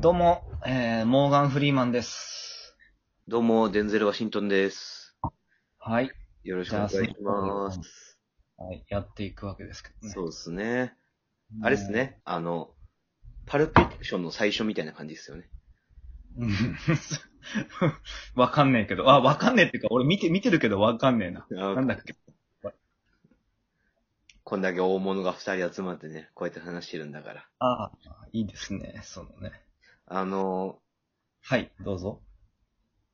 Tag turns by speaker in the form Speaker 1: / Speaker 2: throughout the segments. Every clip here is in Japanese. Speaker 1: どうも、えー、モーガン・フリーマンです。
Speaker 2: どうも、デンゼル・ワシントンです。
Speaker 1: はい。
Speaker 2: よろしくお願いしま
Speaker 1: じゃあ
Speaker 2: す。
Speaker 1: はい、やっていくわけですけどね。
Speaker 2: そうですね。あれですね、あの、パルプフィクションの最初みたいな感じですよね。
Speaker 1: うん。 わかんねえけど。あ、わかんねえっていうか、俺見て、見てるけどわかんねえな。なんだっけ。
Speaker 2: こんだけ大物が二人集まってね、こうやって話してるんだから。
Speaker 1: ああ、いいですね、そのね。
Speaker 2: あの、
Speaker 1: はい、どうぞ。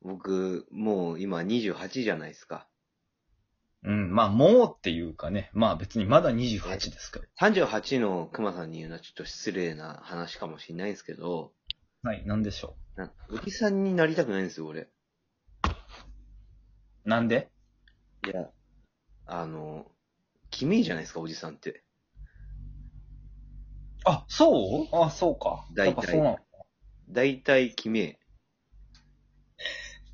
Speaker 2: 僕、もう今28じゃないですか。
Speaker 1: うん、まあ、もうっていうかね。まあ別にまだ28ですから。
Speaker 2: 38の熊さんに言うのはちょっと失礼な話かもしれないんですけど、
Speaker 1: はい、なんでしょ
Speaker 2: なおじさんになりたくないんですよ、俺。
Speaker 1: う。なんで
Speaker 2: いや、あの、君じゃないですか、おじさんって。
Speaker 1: あ、そうあ、そうか。や
Speaker 2: 大
Speaker 1: っぱ
Speaker 2: 体
Speaker 1: そうなの。
Speaker 2: 大体君。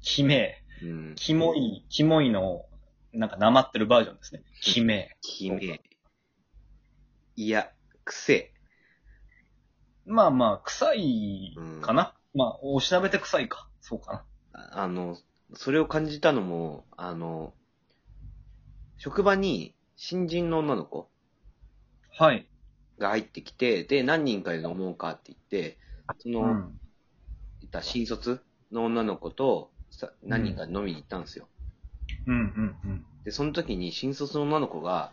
Speaker 1: キメ、
Speaker 2: うん。
Speaker 1: キモい、キモいの、なんか生ってるバージョンですね。キメ。
Speaker 2: きめ。いや、くせ。
Speaker 1: まあまあ、臭いかな、まあ、おしなべて臭いか。そうかな。
Speaker 2: ああの、それを感じたのも、あの、職場に新人の女の子
Speaker 1: はい。
Speaker 2: が入ってきて、で、何人かで飲もうかって言って、そうの、
Speaker 1: ん。
Speaker 2: いった新卒の女の子とさ何人かで飲みに行ったんですよ。
Speaker 1: うんうん
Speaker 2: で、その時に新卒の女の子が、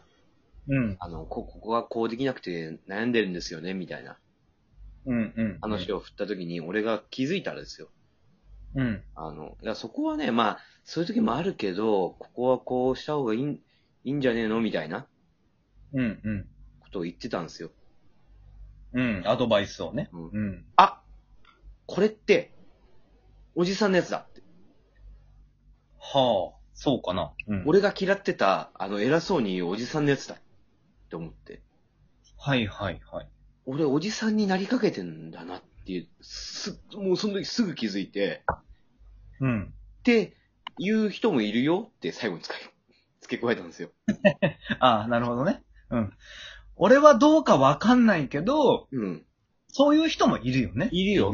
Speaker 1: うん。うん。
Speaker 2: あの、こここがこうできなくて悩んでるんですよね、みたいな
Speaker 1: うんうん。
Speaker 2: 話を振った時に、俺が気づいたらですよ。
Speaker 1: うん。
Speaker 2: あの、いやそこはね、まあ、そういう時もあるけど、ここはこうした方がいいんいいんじゃねえのみたいな
Speaker 1: うんうん。
Speaker 2: ことを言ってたんですよ。
Speaker 1: うん。アドバイスをね。
Speaker 2: うん
Speaker 1: うん。
Speaker 2: あこれって、おじさんのやつだって。
Speaker 1: はあ、そうかな。うん。
Speaker 2: 俺が嫌ってた、あの、偉そうに言うおじさんのやつだって思って。
Speaker 1: はいはいはい。
Speaker 2: 俺、おじさんになりかけてんだなっていう、す、もうその時すぐ気づいて、
Speaker 1: うん。
Speaker 2: って言う人もいるよって最後に使い、 付け加えたんですよ。
Speaker 1: ああ、なるほどね。うん。俺はどうかわかんないけど、
Speaker 2: うん。
Speaker 1: そういう人もいるよね。
Speaker 2: いるよ
Speaker 1: っ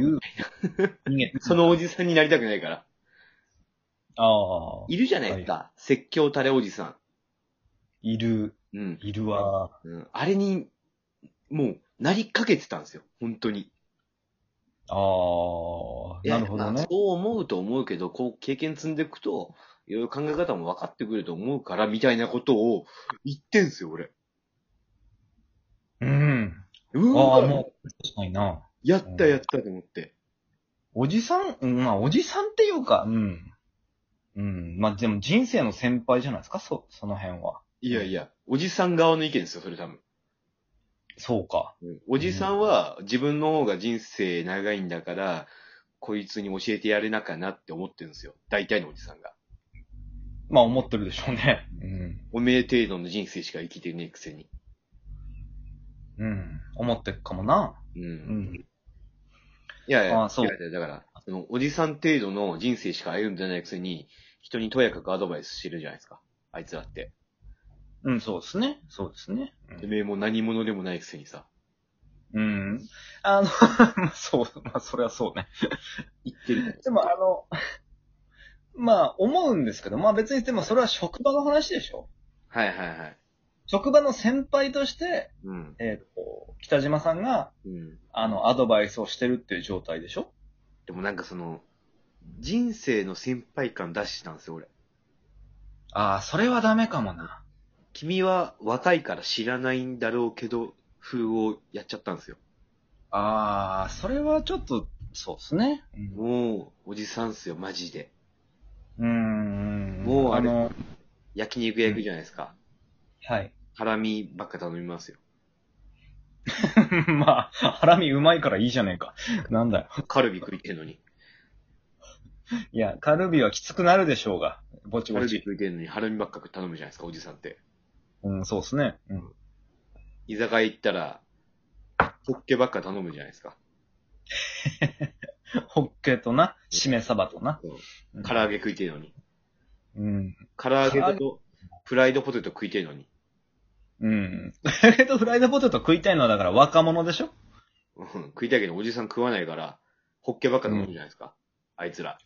Speaker 1: ていう人間
Speaker 2: そのおじさんになりたくないから。
Speaker 1: ああ、
Speaker 2: いるじゃないですか。説教垂れおじさ
Speaker 1: いる、
Speaker 2: ん。うん。
Speaker 1: いるわ。
Speaker 2: うん、あれに、もう、なりかけてたんですよ、本当に。
Speaker 1: ああ、なるほど
Speaker 2: まあ
Speaker 1: ね。
Speaker 2: そう思うと思うけど、こう経験積んでいくと、いろいろ考え方も分かってくると思うから、みたいなことを言ってんすよ、俺。
Speaker 1: うん。
Speaker 2: う
Speaker 1: あ
Speaker 2: わ
Speaker 1: あ、もう、確かにな。
Speaker 2: やったやったと思って。
Speaker 1: おじさん、うんまあ、おじさんっていうか、うん。うん。まあ、でも人生の先輩じゃないですか、そ、その辺は。
Speaker 2: いやいや、おじさん側の意見ですよ、それ多分。
Speaker 1: そうか。
Speaker 2: おじさんは、自分の方が人生長いんだから、こいつに教えてやれなかなって思ってるんですよ。大体のおじさんが。
Speaker 1: まあ、思ってるでしょうね。うん。
Speaker 2: おめえ程度の人生しか生きてねえくせに。
Speaker 1: うん。思ってるかもな。
Speaker 2: う
Speaker 1: うんん。
Speaker 2: いやいや、
Speaker 1: あそう
Speaker 2: いやいやだから、その、おじさん程度の人生しか歩んでないくせに、人にとやかくアドバイスしてるじゃないですか。あいつらって。
Speaker 1: うん、そうですね。そうですね。
Speaker 2: てめえも何者でもないくせにさ。
Speaker 1: うん。うん、あの、 まあそう、まあ、それはそうね。
Speaker 2: 言ってる。
Speaker 1: でも、あの、まあ、思うんですけど、まあ別に、でもそれは職場の話でしょ
Speaker 2: はいはいはい。
Speaker 1: 職場の先輩として、
Speaker 2: うん。
Speaker 1: えっ、と、北島さんが、
Speaker 2: うん。
Speaker 1: あの、アドバイスをしてるっていう状態でしょ
Speaker 2: でもなんかその、人生の先輩感出してたんですよ、俺。
Speaker 1: ああ、それはダメかもな。
Speaker 2: 君は若いから知らないんだろうけど、風をやっちゃったんですよ。
Speaker 1: ああ、それはちょっと、そうですね。
Speaker 2: もう、おじさんっすよ、マジで。
Speaker 1: うん。
Speaker 2: もうあれ
Speaker 1: の、
Speaker 2: 焼肉焼くじゃないですか。
Speaker 1: はい。
Speaker 2: ハラミばっか頼みますよ。
Speaker 1: まあ、ハラミうまいからいいじゃねえか。なんだよ。
Speaker 2: カルビ食いてんのに。
Speaker 1: いや、カルビはきつくなるでしょうが。ぼち
Speaker 2: カ
Speaker 1: ぼ
Speaker 2: ル
Speaker 1: ち。
Speaker 2: ビ食いてんのにハラミばっか頼むじゃないですか、おじさんって。
Speaker 1: うん、そうですね。うん。
Speaker 2: 居酒屋行ったら、ホッケばっか頼むじゃないですか。
Speaker 1: ホッケとな、しめ鯖とな。うん
Speaker 2: 唐揚げ食いてるのに。
Speaker 1: うん。
Speaker 2: 唐揚げとフライドポテト食いてるのに。
Speaker 1: うん。 だけど、フライドポテト食いたいのはだから若者でしょ
Speaker 2: うん食いたいけどおじさん食わないから、ホッケばっか飲むじゃないですか。あいつら。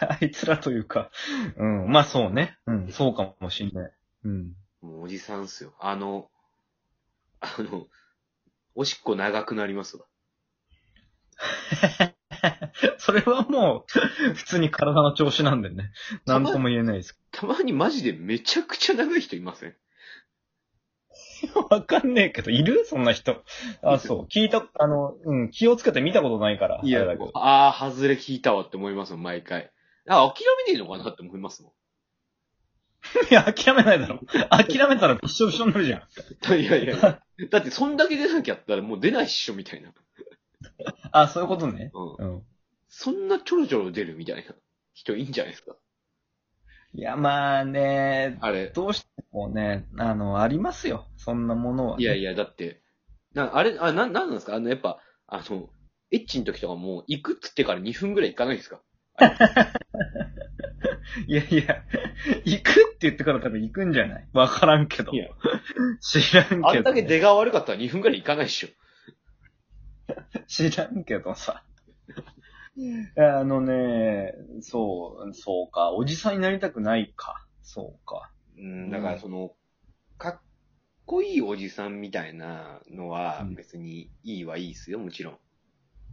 Speaker 1: あいつらというか、うん、まあそうね。うん、そうかもしんない。うん。
Speaker 2: もうおじさんっすよ。あの、あの、おしっこ長くなりますわ。
Speaker 1: それはもう、 普通に体の調子なんでね。なんとも言えないです。
Speaker 2: たまにマジでめちゃくちゃ長い人いません
Speaker 1: わかんねえけど、いるそんな人。あ、そう。聞いた、あの、うん、気をつけて見たことないから。
Speaker 2: いや
Speaker 1: あれだけど、
Speaker 2: ああ、外れ聞いたわって思いますもん、毎回。あ、諦めねえのかなって思いますも
Speaker 1: いや、諦めないだろ。諦めたらびっしょびしょになるじゃん。
Speaker 2: ん。いやいやいや。だって、そんだけ出なきゃったらもう出ないっしょ、みたいな。
Speaker 1: あ、そういうことね。
Speaker 2: うん。
Speaker 1: うん。
Speaker 2: そんなちょろちょろ出るみたいな人いいんじゃないですか。
Speaker 1: いや、まあね、
Speaker 2: あれ。
Speaker 1: どうしてもね、あの、ありますよ。そんなものは、
Speaker 2: いや
Speaker 1: や。
Speaker 2: いや、だって、な、あれ、あ、な、なんなんですかあの、やっぱ、あの、エッチの時とかもう、行くっつってから2分ぐらい行かないですか
Speaker 1: いやいや、行くって言ってから多分行くんじゃないわからんけど。
Speaker 2: いや
Speaker 1: 知らんけど、ね。
Speaker 2: あんだけ出が悪かったら2分ぐらい行かないっしょ。
Speaker 1: 知らんけどさ。あのね、そう、そうか。おじさんになりたくないか。そうか。
Speaker 2: うん、だからその、かっこいいおじさんみたいなのは
Speaker 1: うん
Speaker 2: 別にいいはいいっすよ、もちろん。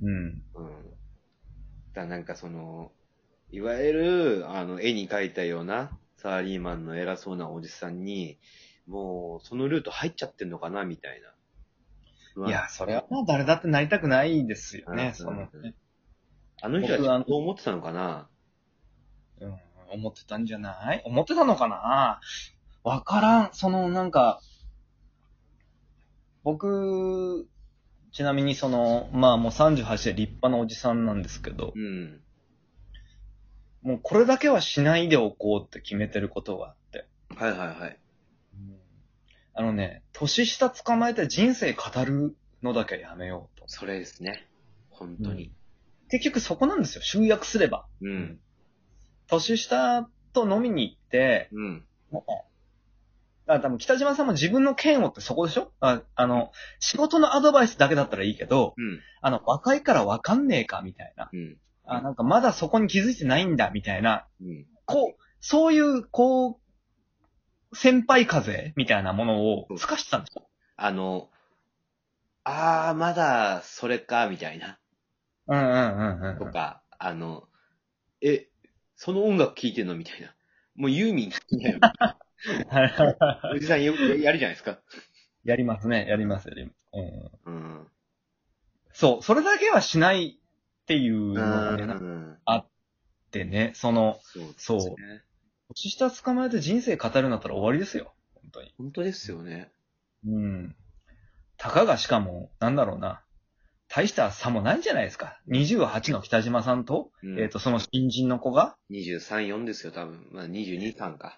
Speaker 1: うん。
Speaker 2: うん。だなんかその、いわゆる、あの、絵に描いたようなサラリーマンの偉そうなおじさんに、もう、そのルート入っちゃってんのかな、みたいな。
Speaker 1: いや、それはもう誰だってなりたくないですよ
Speaker 2: うん
Speaker 1: ね。そのね、
Speaker 2: あの人
Speaker 1: 僕はあ
Speaker 2: は
Speaker 1: の
Speaker 2: どう思ってたのかな
Speaker 1: うん、思ってたんじゃない思ってたのかなわからん。その、なんか、僕、ちなみにその、まあもう38で立派なおじさんなんですけど、
Speaker 2: うん。
Speaker 1: もうこれだけはしないでおこうって決めてることがあって。
Speaker 2: はいはいはい。
Speaker 1: あのね、年下捕まえて人生語るのだけはやめようと。
Speaker 2: それですね。本当に。
Speaker 1: 結局そこなんですよ。集約すれば。
Speaker 2: うん。
Speaker 1: 年下と飲みに行って、
Speaker 2: うん。
Speaker 1: だから多分北島さんも自分の嫌悪ってそこでしょああの、仕事のアドバイスだけだったらいいけど、
Speaker 2: うん。
Speaker 1: あの、若いからわかんねえか、みたいな。
Speaker 2: うん。
Speaker 1: あ、なんかまだそこに気づいてないんだ、みたいな。
Speaker 2: うん。
Speaker 1: こう、そういう、こう、先輩風みたいなものを
Speaker 2: うん
Speaker 1: 透かしてたんですよ。
Speaker 2: あの、あー、まだ、それか、みたいな。
Speaker 1: うんうんうんうん
Speaker 2: と
Speaker 1: うん。
Speaker 2: か、あの、え、その音楽聴いてんのみたいな。もうユーミン聴き なよ。おじさんよくやるじゃないですか。
Speaker 1: やりますね、やります、やります。うん、
Speaker 2: うん。
Speaker 1: そう、それだけはしないっていうの
Speaker 2: う
Speaker 1: がね、あっ
Speaker 2: ん。
Speaker 1: てね、その、
Speaker 2: そうです
Speaker 1: そう
Speaker 2: ね。
Speaker 1: 年下捕まえて人生語るんだったら終わりですよ。本当に。
Speaker 2: 本当ですよね。
Speaker 1: うん。たかがしかも、なんだろうな。大した差もないんじゃないですか。28の北島さんと、
Speaker 2: うん、
Speaker 1: えっ、と、その新人の子が、
Speaker 2: 23、4ですよ、多分。まあ、22、3か。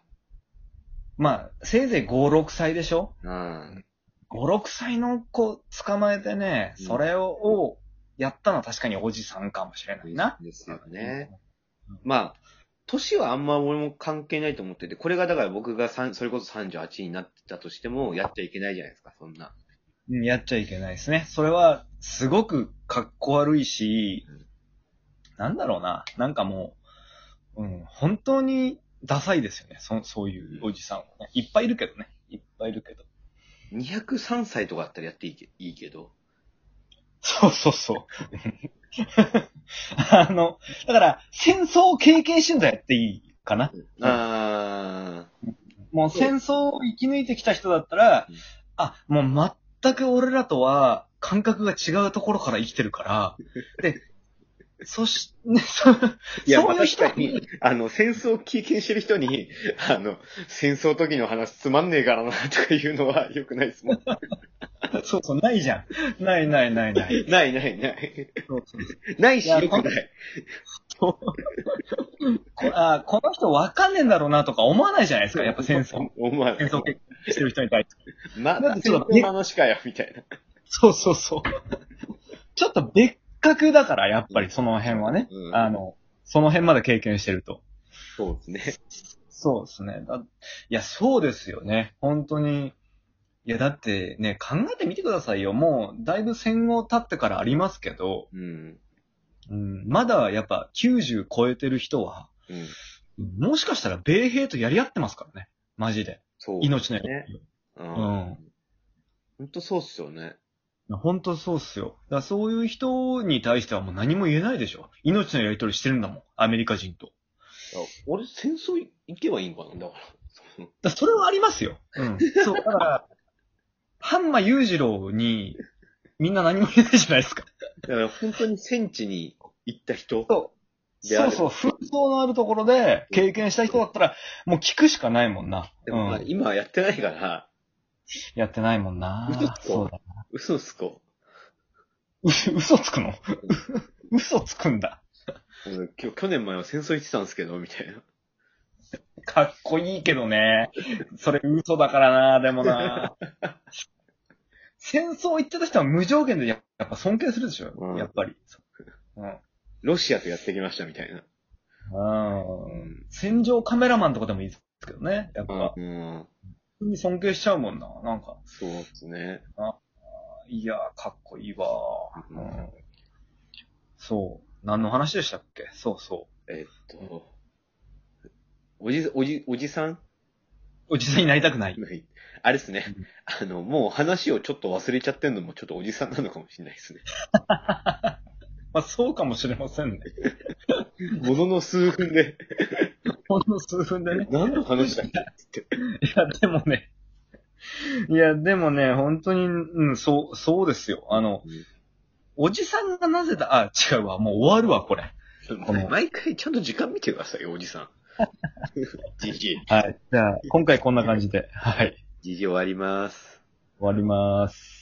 Speaker 1: まあ、せいぜい5、6歳でしょ
Speaker 2: うん。
Speaker 1: ?5、6歳の子捕まえてね、
Speaker 2: うん
Speaker 1: それを、やったのは確かにおじさんかもしれないな。
Speaker 2: ですよね。まあ、年はあんま俺も関係ないと思ってて、これがだから僕が3それこそ38になってたとしても、やっちゃいけないじゃないですか、そんな。
Speaker 1: うん。やっちゃいけないですね。それは、すごくかっこ悪いし
Speaker 2: うん、
Speaker 1: なんだろうな。なんかもう、うん、本当にダサいですよね。そそういうおじさんはね。いっぱいいるけどね。いっぱいいるけど。
Speaker 2: 203歳とかだったらやっていいけいいけど。
Speaker 1: そうそうそう。 あの、だから、戦争を経験してんだやっていいかな。
Speaker 2: あ
Speaker 1: もう戦争を生き抜いてきた人だったら
Speaker 2: うん、
Speaker 1: あ、もう全く俺らとは感覚が違うところから生きてる から、で、そし、ね、そ
Speaker 2: いや、
Speaker 1: そういう人
Speaker 2: まあ確かに、あの、戦争を経験してる人に、あの、戦争時の話つまんねえからな、とか言うのは良くないで すもん。
Speaker 1: そうそう、ないじゃん。ないないないない。
Speaker 2: ないないない。
Speaker 1: そうそう
Speaker 2: ないし、
Speaker 1: いや
Speaker 2: 良くない。
Speaker 1: こあこの人わかんねえんだろうなとか思わないじゃないですか、やっぱ戦争。。
Speaker 2: 思わ
Speaker 1: 戦
Speaker 2: ない。
Speaker 1: 争を経験してる人に対して。
Speaker 2: ま
Speaker 1: だっ
Speaker 2: あ、
Speaker 1: て
Speaker 2: 戦
Speaker 1: ちょっと
Speaker 2: 争の話かよ、みたいな。
Speaker 1: そうそうそう。ちょっと別格だから、やっぱりその辺はね。
Speaker 2: うん
Speaker 1: あの、その辺まで経験してると。
Speaker 2: そうですね。
Speaker 1: そうですね。だいや、そうですよね。本当に。いや、だってね、考えてみてくださいよ。もう、だいぶ戦後経ってからありますけど、
Speaker 2: うん。
Speaker 1: うん、まだやっぱ90超えてる人は、
Speaker 2: うん。
Speaker 1: もしかしたら米兵とやり合ってますからね。マジで。
Speaker 2: そう。
Speaker 1: 命のや
Speaker 2: ね。うん。
Speaker 1: ん
Speaker 2: ほんとそうっすよね。
Speaker 1: 本当そうっすよ。だからそういう人に対してはもう何も言えないでしょ。命のやり取りしてるんだもん。アメリカ人と。
Speaker 2: いや俺、戦争行けばいいんかなだから。その
Speaker 1: だからそれはありますよ。うん。そう。だから、ハンマ裕次郎に、みんな何も言えないじゃないですか。
Speaker 2: だから本当に戦地に行った人。
Speaker 1: そう。
Speaker 2: であ
Speaker 1: そ
Speaker 2: れ
Speaker 1: うそう。紛争のあるところで経験した人だったら、もう聞くしかないもんな。
Speaker 2: でもまあ、
Speaker 1: うん
Speaker 2: 今はやってないから、
Speaker 1: やってないもんな
Speaker 2: 嘘つ。こう
Speaker 1: そうだ。
Speaker 2: 嘘っすこ。
Speaker 1: 嘘 嘘つくの嘘つくんだ。
Speaker 2: 俺今日、去年前は戦争行ってたんですけど、みたいな。
Speaker 1: かっこいいけどね。それ嘘だからな、でも な。戦争行ってた人は無条件でややっぱ尊敬するでしょ、
Speaker 2: うん
Speaker 1: やっぱり。うん。
Speaker 2: ロシアとやってきました、みたいな。
Speaker 1: うん。戦場カメラマンとかでもいいですけどね。やっぱ、
Speaker 2: うん。
Speaker 1: 普通に尊敬しちゃうもんな。なんか、
Speaker 2: そうですね。
Speaker 1: いやー、かっこいいわー、
Speaker 2: うん
Speaker 1: うんそう。何の話でしたっけそうそ
Speaker 2: えっと、おじ、おじ、おじさん
Speaker 1: う。おじさんになりたくない。
Speaker 2: はいあれですね
Speaker 1: うん。
Speaker 2: あの、もう話をちょっと忘れちゃってんのもちょっとおじさんなのかもしれないですね。
Speaker 1: まあ、そうかもしれません ね。
Speaker 2: ものの数 分で、
Speaker 1: ほんの数分でね。
Speaker 2: 何の話だっけ
Speaker 1: いや、でもね。 いや、でもね、本当に、うん、そう、そうですよ。あの、おじさんがなぜだ、あ、違うわ、もう終わるわ、これ。の
Speaker 2: 毎回ちゃんと時間見てくださいよ、おじさん。 じじい。
Speaker 1: はい。じゃあ、今回こんな感じで、はい。
Speaker 2: じじい終わります。
Speaker 1: 終わります。